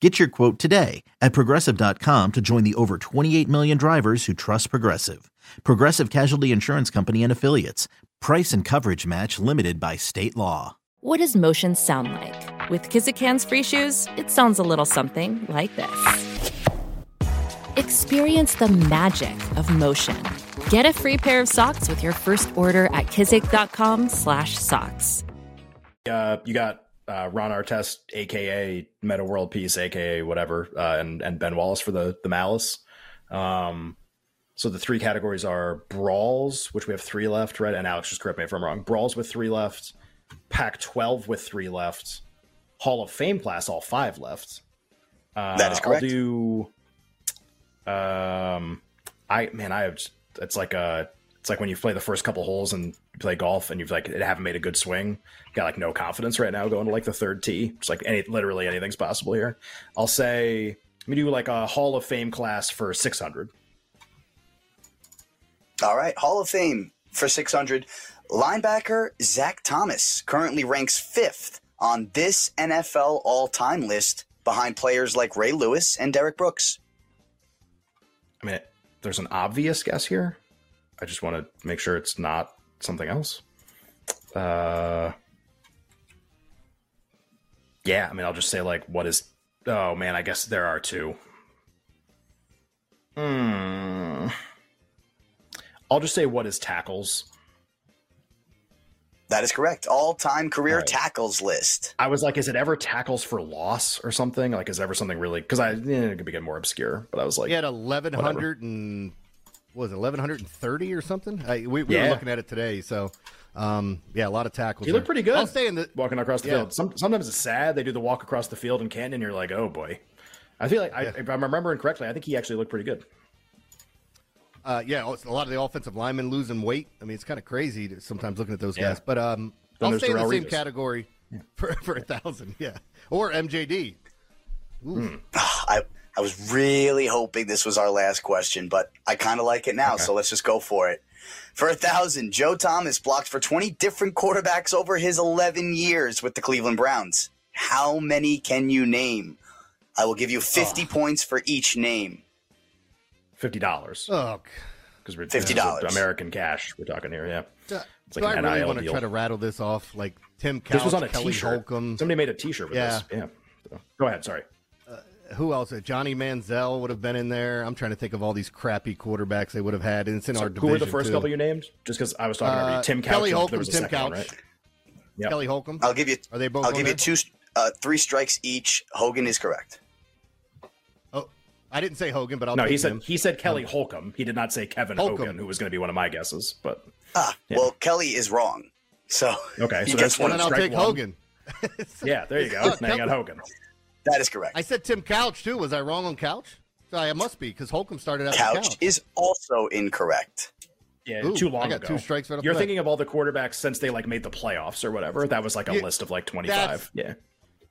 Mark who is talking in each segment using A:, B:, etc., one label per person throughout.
A: Get your quote today at progressive.com to join the over 28 million drivers who trust Progressive. Progressive Casualty Insurance Company and Affiliates. Price and coverage match limited by state law.
B: What does motion sound like? With Kizikans free shoes, it sounds a little something like this. Experience the magic of motion. Get a free pair of socks with your first order at kizik.com/socks.
C: Uh, you got uh, Ron Artest, aka Meta World Peace, aka whatever, uh, and and Ben Wallace for the the Malice. Um, so the three categories are brawls, which we have three left, right? And Alex, just correct me if I'm wrong. Brawls with three left, Pac-12 with three left, Hall of Fame class, all five left. Uh,
D: That is correct.
C: I'll do. Um, I man, I have. It's like a. It's like when you play the first couple holes and you play golf, and you've like it haven't made a good swing. Got like no confidence right now going to like the third tee. It's like any literally anything's possible here. I'll say let me do like a Hall of Fame class for six hundred.
D: All right, Hall of Fame for 600. Linebacker Zach Thomas currently ranks fifth on this NFL all time list behind players like Ray Lewis and Derek Brooks.
C: I mean, there's an obvious guess here. I just want to make sure it's not something else. Uh, yeah, I mean, I'll just say like, what is? Oh man, I guess there are two. Hmm. I'll just say what is tackles.
D: That is correct. All time career
C: Right.
D: tackles list.
C: I was like, is it ever tackles for loss or something? Like, is it ever something really? Because I eh, it could be getting more obscure, but I was like,
E: he had 1100 and what was it 1130 or something I, we, we
C: Yeah.
E: were looking at it today so um yeah a lot of tackles
C: You look
E: there.
C: pretty good.
E: i'll stay in the
C: walking across the
E: Yeah.
C: field. Some, sometimes it's sad. They do the walk across the field in Canton, and you're like, oh boy. I feel like, I, if I'm remembering correctly, I think he actually looked pretty good.
E: uh yeah it's a lot of the offensive linemen losing weight i mean it's kind of crazy to, sometimes looking at those
C: Yeah.
E: guys but um
C: Then
E: i'll
C: there's
E: stay in the
C: Darrell
E: same
C: Revis.
E: category for, for a thousand yeah or mjd
D: I, I was really hoping this was our last question, but I kind of like it now, so let's just go for it. For a thousand, Joe Thomas blocked for 20 different quarterbacks over his 11 years with the Cleveland Browns. How many can you name? I will give you 50
C: Oh.
D: points for each name.
C: Fifty dollars
E: oh
C: because we're
D: $50.
C: American cash. We're talking here, yeah.
E: God.
C: It's
E: so
C: like
E: i
C: an
E: really
C: NIL
E: want to
C: deal.
E: try to rattle this off like tim Couch,
C: This was on a
E: kelly
C: shirt
E: holcomb
C: Somebody made a T-shirt with
E: Yeah.
C: this. Yeah. So, go ahead. Sorry.
E: who else? Uh, Johnny Manziel would have been in there. I'm trying to think of all these crappy quarterbacks they would have had, and it's in
C: So
E: our
C: who
E: division.
C: were the first
E: too.
C: couple you named? Just because I was talking
E: Uh,
C: about Tim Couch.
E: Kelly
C: and
E: Holcomb,
C: there was a
E: Tim
C: second one,
E: Couch.
C: right? Yeah.
E: Kelly Holcomb.
D: I'll give you.
E: Are they both
D: I'll
E: on
D: give you two,
E: there?
D: uh, three strikes each. Hogan is correct.
E: Oh, I didn't say Hogan, but I'll
C: no,
E: take
C: he said
E: him.
C: he said Kelly Holcomb. He did not say Kevin Hogan,
E: Holcomb.
C: who was going to be one of my guesses. But
D: Ah,
C: Yeah.
D: well, Kelly is wrong. So
C: okay,
D: You
C: so
D: guess
C: that's
E: Well,
C: one.
E: then I'll
C: strike
E: take
C: one.
E: Hogan.
C: Yeah, there you go.
E: Oh,
C: now you got Hogan.
D: that is correct.
E: I said Tim Couch too. Was I wrong on Couch? So I must be because Holcomb started out.
D: Couch
E: with Couch.
D: is also incorrect.
C: Yeah,
E: Ooh,
C: too long
E: I got
C: ago.
E: two strikes right off
C: You're
E: the bat.
C: thinking of all the quarterbacks since they like made the playoffs or whatever. That was like a
E: Yeah,
C: list of like 25.
E: that's-
C: Yeah.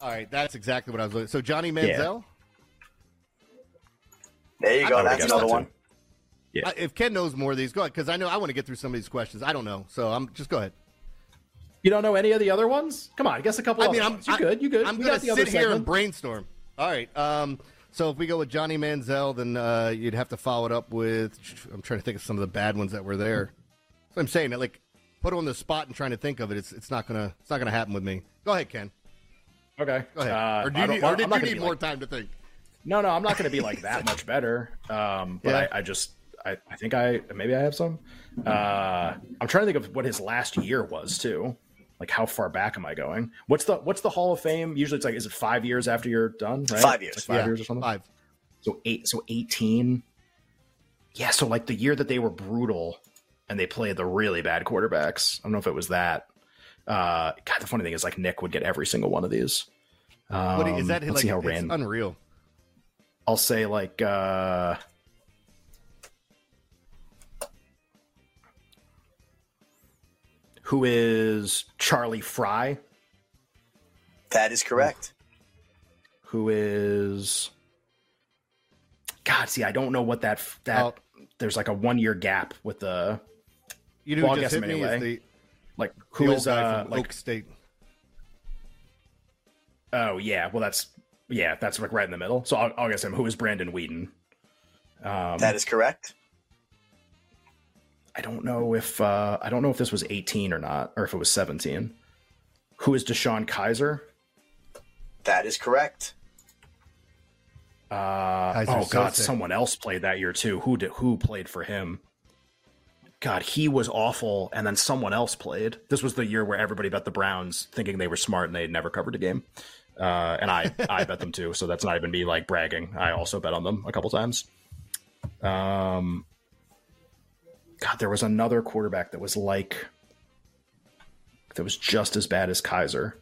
E: All right, that's exactly what I was. Looking. So Johnny
C: Yeah.
E: Manziel.
D: There you
C: I
D: go.
C: would've
D: That's
C: guessed
D: another
C: that,
D: one.
C: too. Yeah.
E: I- if Ken knows more of these, go ahead because I know I want to get through some of these questions. I don't know, so I'm just go ahead.
C: You don't know any of the other ones? Come on, guess a couple.
E: I mean,
C: other
E: I'm
C: ones. You're
E: I-
C: good. You good.
E: I'm
C: You
E: gonna
C: got the
E: sit
C: other
E: here and
C: segment.
E: brainstorm. All right. Um, so if we go with Johnny Manziel, then uh, you'd have to follow it up with. I'm trying to think of some of the bad ones that were there. So I'm saying that like put on the spot and trying to think of it. It's it's not gonna it's not gonna happen with me. Go ahead, Ken.
C: Okay.
E: Go ahead.
C: Uh,
E: or, do
C: I
E: you
C: don't-
E: need,
C: well,
E: or did
C: I'm not
E: you
C: gonna
E: need
C: be
E: more
C: like-
E: time to think?
C: No, no, I'm not going to be like that much better. Um, but
E: Yeah.
C: I, I just, I, I think I maybe I have some. Uh, I'm trying to think of what his last year was too. Like how far back am I going? What's the What's the Hall of Fame? Usually it's like, is it five years after you're done? Right?
D: Five
C: It's
D: years.
C: like five
E: Yeah,
C: years or something.
E: Five.
C: So eight, so eighteen. Yeah, so like the year that they were brutal and they played the really bad quarterbacks. I don't know if it was that. Uh, God, the funny thing is like Nick would get every single one of these. Um,
E: What is that
C: let's
E: like?
C: see how
E: it's
C: random.
E: unreal.
C: I'll say like uh who is Charlie Fry,
D: That is correct.
C: who is God. See, I don't know what that f- that
E: Oh.
C: there's like a one year gap with the
E: You know
C: Well,
E: who
C: I
E: just
C: guess
E: hit
C: him
E: me
C: anyway.
E: is the,
C: like
E: the
C: who
E: old
C: is
E: guy
C: uh
E: from
C: like
E: Oak State.
C: oh yeah well that's yeah that's like right in the middle. So I'll, I'll guess him. Who is Brandon Whedon? Um,
D: That is correct.
C: I don't know if uh, I don't know if this was 18 or not, or if it was 17. Who is Deshaun Kaiser?
D: That is correct.
C: Uh,
E: Kaiser
C: oh God,
E: Sose.
C: someone else played that year too. Who did, who played for him? God, he was awful, and then someone else played. This was the year where everybody bet the Browns, thinking they were smart and they had never covered a game. Uh, and I I bet them too, so that's not even me like bragging. I also bet on them a couple times. Um, God, there was another quarterback that was like that was just as bad as Kaiser,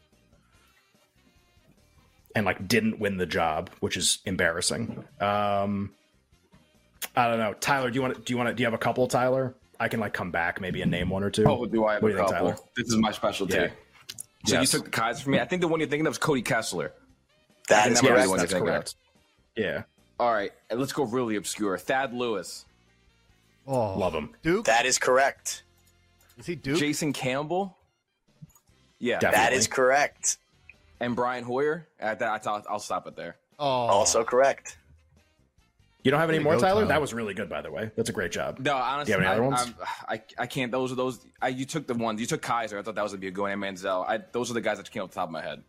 C: and like didn't win the job, which is embarrassing. Um, I don't know, Tyler. Do you want to? Do you want to? Do you have a couple, Tyler? I can like come back maybe and name one or two.
F: Oh, do I have
C: What do
F: a
C: you think,
F: couple?
C: Tyler?
F: This is my specialty.
C: Yeah.
F: So
C: Yes.
F: you took the Kaiser from me. I think the one you're thinking of is Cody Kessler. I
D: That
F: think
D: is
F: that might be the
D: correct.
F: one you're
C: That's
F: thinking of.
C: correct. Yeah,
F: All right, and let's go really obscure. Thad Lewis,
E: Oh,
C: love him.
E: Duke.
D: That is correct.
E: Is he Duke?
F: Jason Campbell. Yeah,
C: Definitely.
D: That is correct.
F: and Brian Hoyer. I, I, I'll, I'll stop it there.
E: oh,
D: Also correct.
C: You don't have any
E: Way to
C: more,
E: go,
C: Tyler?
E: Tyler.
C: That was really good, by the way. That's a great job.
F: No, honestly,
C: You have any other
F: I,
C: ones?
F: I, I, I can't. Those are those. I, you took the ones. You took Kaiser. I thought that was gonna be a good one. And Manziel. I, those are the guys that came off the top of my head.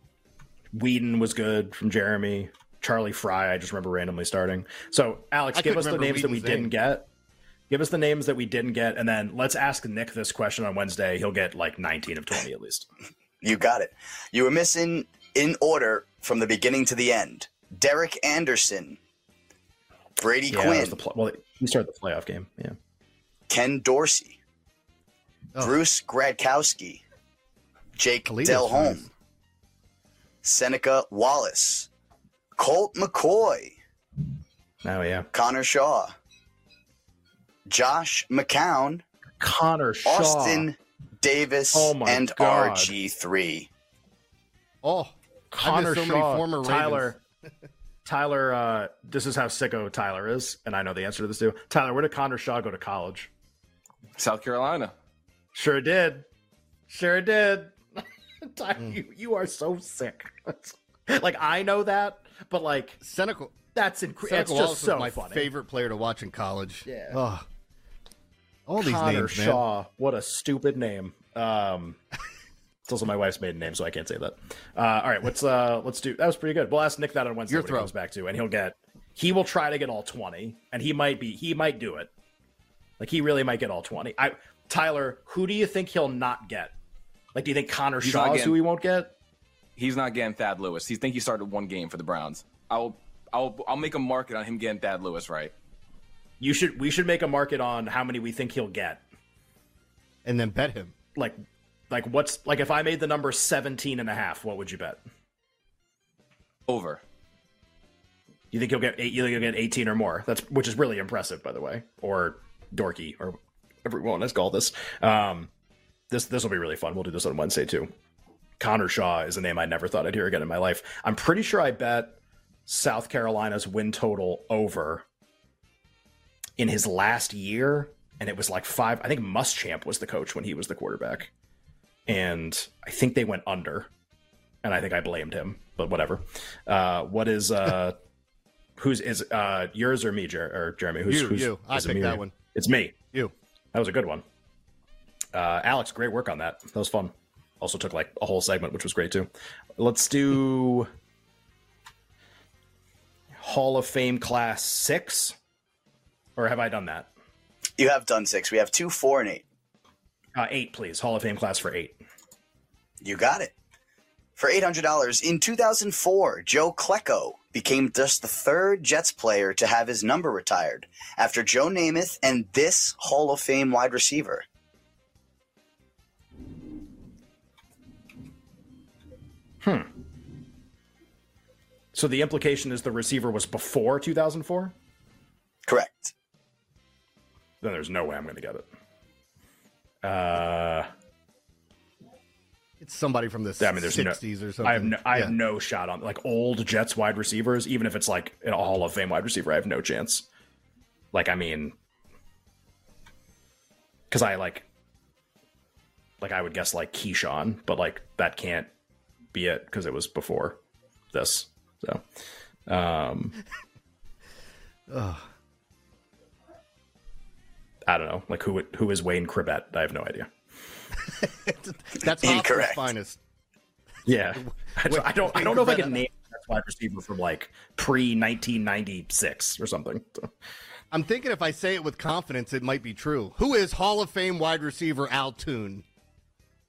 C: Whedon was good from Jeremy. Charlie Fry, I just remember randomly starting. So, Alex,
E: I
C: give
E: couldn't
C: us the
E: remember
C: names that we
E: Whedon's
C: didn't
E: name.
C: get. Give us the names that we didn't get, and then let's ask Nick this question on Wednesday. He'll get like 19 of 20 at least.
D: You got it. You were missing in order from the beginning to the end. Derek Anderson, Brady
C: Yeah, that was
D: Quinn,
C: the pl- well, he started the playoff game. Yeah.
D: Ken Dorsey,
E: Oh.
D: Bruce Gradkowski, Jake
E: Khalid is
D: Delhomme,
E: nice.
D: Seneca Wallace, Colt McCoy,
C: Oh, yeah.
D: Connor Shaw, Josh McCown,
C: Connor Shaw.
D: Austin Davis,
C: Oh my
D: and
C: God.
D: RG3.
E: Oh,
C: Connor
E: I missed so
C: Shaw.
E: many former
C: Tyler.
E: Ravens.
C: Tyler, uh, this is how sicko Tyler is, and I know the answer to this too. Tyler, where did Connor Shaw go to college?
F: South Carolina.
C: Sure did. Sure did. Ty, you, you are so sick. like I know that, but like
E: Seneca.
C: that's incredible.
E: Seneca
C: It's
E: Wallace
C: just so
E: was my
C: funny.
E: favorite player to watch in college.
C: Yeah.
E: Oh. All these
C: Connor
E: names, man.
C: Shaw. What a stupid name. Um, it's also my wife's maiden name, so I can't say that. Uh, all right, let's uh, let's do. That was pretty good. We'll ask Nick that on Wednesday.
E: Your
C: when
E: throw.
C: he comes back to, and he'll get. He will try to get all twenty, and he might be. He might do it. Like he really might get all twenty. I Tyler, who do you think he'll not get? Like, do you think Connor
F: He's
C: Shaw
F: not
C: is who
F: getting-
C: he won't get?
F: He's not getting Thad Lewis. He think he started one game for the Browns. I'll I'll I'll make a market on him getting Thad Lewis right.
C: You should we should make a market on how many we think he'll get.
E: And then bet him.
C: Like like what's like if I made the number 17 and a half, what would you bet?
F: Over.
C: You think he'll get eight you think he'll get 18 or more. That's which is really impressive by the way. Or dorky or whatever we want. Let's call this. Um this this will be really fun. We'll do this on Wednesday too. Connor Shaw is a name I never thought I'd hear again in my life. I'm pretty sure I bet South Carolina's win total over in his last year, and it was like five. I think Muschamp was the coach when he was the quarterback, and I think they went under, and I think I blamed him. But whatever. Uh, what is uh, who's is uh, yours or me, Jer- or Jeremy? Who's
E: You,
C: who's,
E: you. I
C: is it
E: picked
C: me or
E: that
C: you?
E: one.
C: It's me.
E: You.
C: That was a good one. Uh, Alex, great work on that. That was fun. Also took like a whole segment, which was great too. Let's do Hall of Fame class six, or have I done that?
D: You have done six. We have two, four, and eight.
C: Uh, eight, please. Hall of Fame class for eight.
D: You got it. For $800 in 2004, Joe Klecko became just the third Jets player to have his number retired after Joe Namath and this Hall of Fame wide receiver.
C: So the implication is the receiver was before 2004.
D: Correct.
C: Then there's no way I'm going to get it. Uh,
E: somebody from the
C: Yeah, I mean, there's
E: 60s
C: no,
E: or something.
C: I have no, I
E: Yeah.
C: have no shot on like old Jets wide receivers. Even if it's like an Hall of Fame wide receiver, I have no chance. Like, I mean, because I like, like I would guess like Keyshawn, but like that can't be it because it was before this. So, um, I don't know. Like, who would- who is Wayne Cribbett? I have no idea.
E: That's Hopkins'
D: Incorrect.
E: finest.
C: Yeah, I don't. I don't, I don't know if I
E: Wait,
C: can name that wide receiver from like pre nineteen ninety six or something.
E: I'm thinking if I say it with confidence, it might be true. Who is Hall of Fame wide receiver Altoon?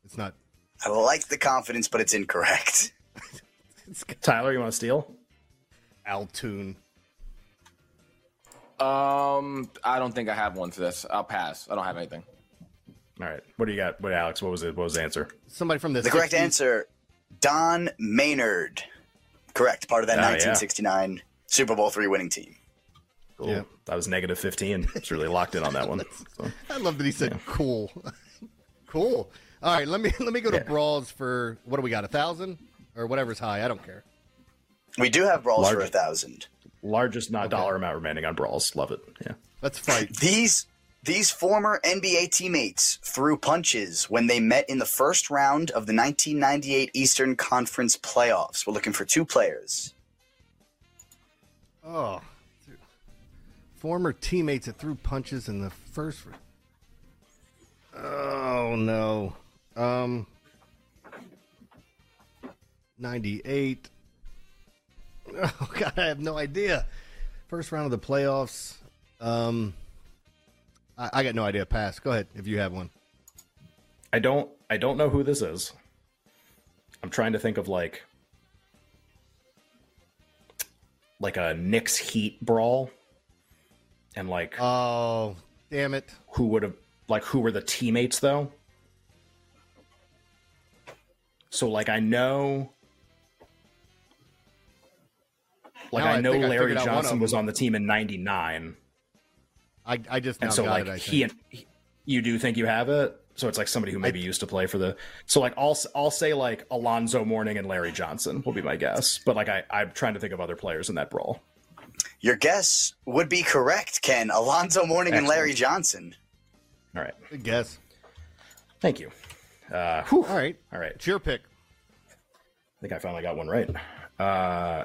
E: It's not.
D: I like the confidence, but it's incorrect.
C: Tyler, you want to steal?
E: Altoon.
F: Um, I don't think I have one for this. I'll pass. I don't have anything.
C: All right. What do you got? What Alex? What was it? What was the answer?
E: Somebody from the,
D: The correct
E: 60s.
D: answer, Don Maynard. Correct. Part of that
C: Oh, yeah.
D: 1969 Super Bowl three winning team.
C: Cool.
E: Yeah.
C: I was negative fifteen. It's really locked in on that one. So,
E: I love that he said cool. cool. All right, let me let me go to brawls for what do we got? A thousand or whatever's high. I don't care.
D: We do have brawls for a
C: Large.
D: thousand.
C: largest not dollar amount remaining on brawls. Love it. Yeah.
E: Let's fight.
D: These these former NBA teammates threw punches when they met in the first round of the 1998 Eastern Conference playoffs. We're looking for two players.
E: Oh, dude. former teammates that threw punches in the first. r- Oh no. Um. Ninety-eight. Oh God, I have no idea. First round of the playoffs. Um. I, I got no idea. Pass. Go ahead if you have one.
C: I don't. I don't know who this is. I'm trying to think of like, like a Knicks Heat brawl, and like
E: Oh, damn it.
C: who would have like who were the teammates though so like i know like
E: Now
C: i
E: I
C: know
E: think I
C: larry
E: figured out one of
C: johnson was
E: them.
C: on the team in 99
E: I, I just now
C: and so
E: Oh, got
C: like
E: it. I
C: he
E: think.
C: and he, you do think you have it so it's like somebody who maybe used to play for the so like i'll s- i'll say like alonzo mourning and larry johnson will be my guess but like i i'm trying to think of other players in that brawl
D: Your guess would be correct, Ken. Alonzo Mourning and Larry Johnson.
C: all right
E: Good guess.
C: thank you uh whew.
E: All right.
C: all right
E: It's your pick.
C: I think I finally got one right. Uh,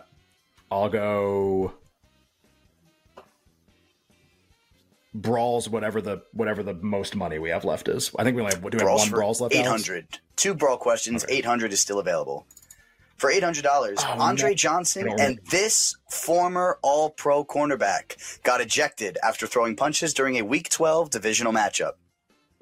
C: I'll go brawls whatever the whatever the most money we have left is. I think we only have, do we have
D: Brawls
C: one
D: for
C: brawls left. Alex?
D: 800. Two brawl questions. 800 is still available. For $800, Andre
C: Oh, no.
D: Johnson
C: No.
D: and this former All Pro cornerback got ejected after throwing punches during a Week 12 divisional matchup.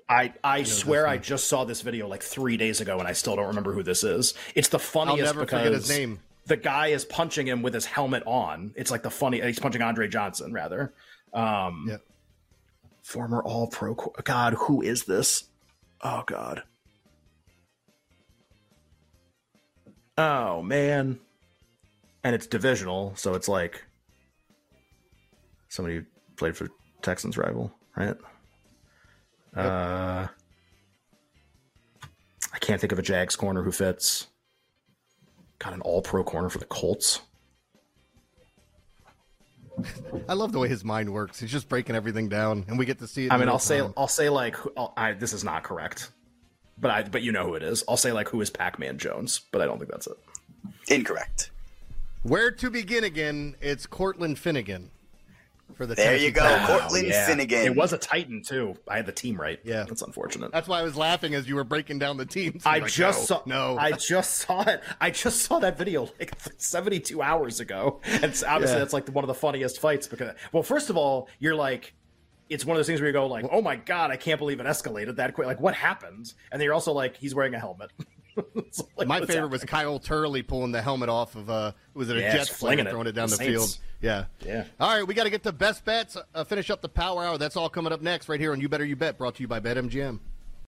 C: I I swear I just saw this video like three days ago and I still don't remember who this is. It's the funniest
E: never
C: because
E: forget his name.
C: the guy is punching him with his helmet on. It's like the funny. He's punching Andre Johnson rather. Um,
E: Yeah.
C: former All Pro. qu- God, who is this? Oh God. Oh man. And it's divisional, so it's like somebody who played for Texans rival, right? Uh, I can't think of a Jags corner who fits. Got an All Pro corner for the Colts.
E: I love the way his mind works. He's just breaking everything down, and we get to see it.
C: I
E: in
C: mean,
E: real
C: I'll say,
E: time.
C: I'll say like, who- I'll, I this is not correct, but I, but you know who it is. I'll say like, who is Pac Man Jones? But I don't think that's it.
D: Incorrect.
E: where to begin again. It's Cortland Finnegan for the.
D: There
E: Tennessee
D: you go.
E: Titans.
D: Cortland Finnegan.
C: It was a Titan too. I had the team right.
E: Oh, Yeah.
C: that's unfortunate.
E: That's why I was laughing as you were breaking down the teams.
C: I
E: You're like,
C: just
E: no,
C: saw
E: no.
C: I just saw it. I just saw that video like 72 hours ago, and it's- obviously
E: Yeah.
C: that's like one of the funniest fights because well, first of all, you're like. It's one of those things where you go like, "Oh my god, I can't believe it escalated that quick! Like, what happened?" And then you're also like, "He's wearing a helmet." It's like,
E: My
C: what's
E: favorite was Kyle Turley pulling the helmet off of uh, was it a
C: Yeah,
E: Jets
C: just
E: player
C: flinging it.
E: throwing it down the,
C: The
E: field?
C: Saints.
E: Yeah.
C: Yeah.
E: All right, we got to get to best bets. Uh, finish up the power hour. That's all coming up next right here on You Better You Bet, brought to you by BetMGM.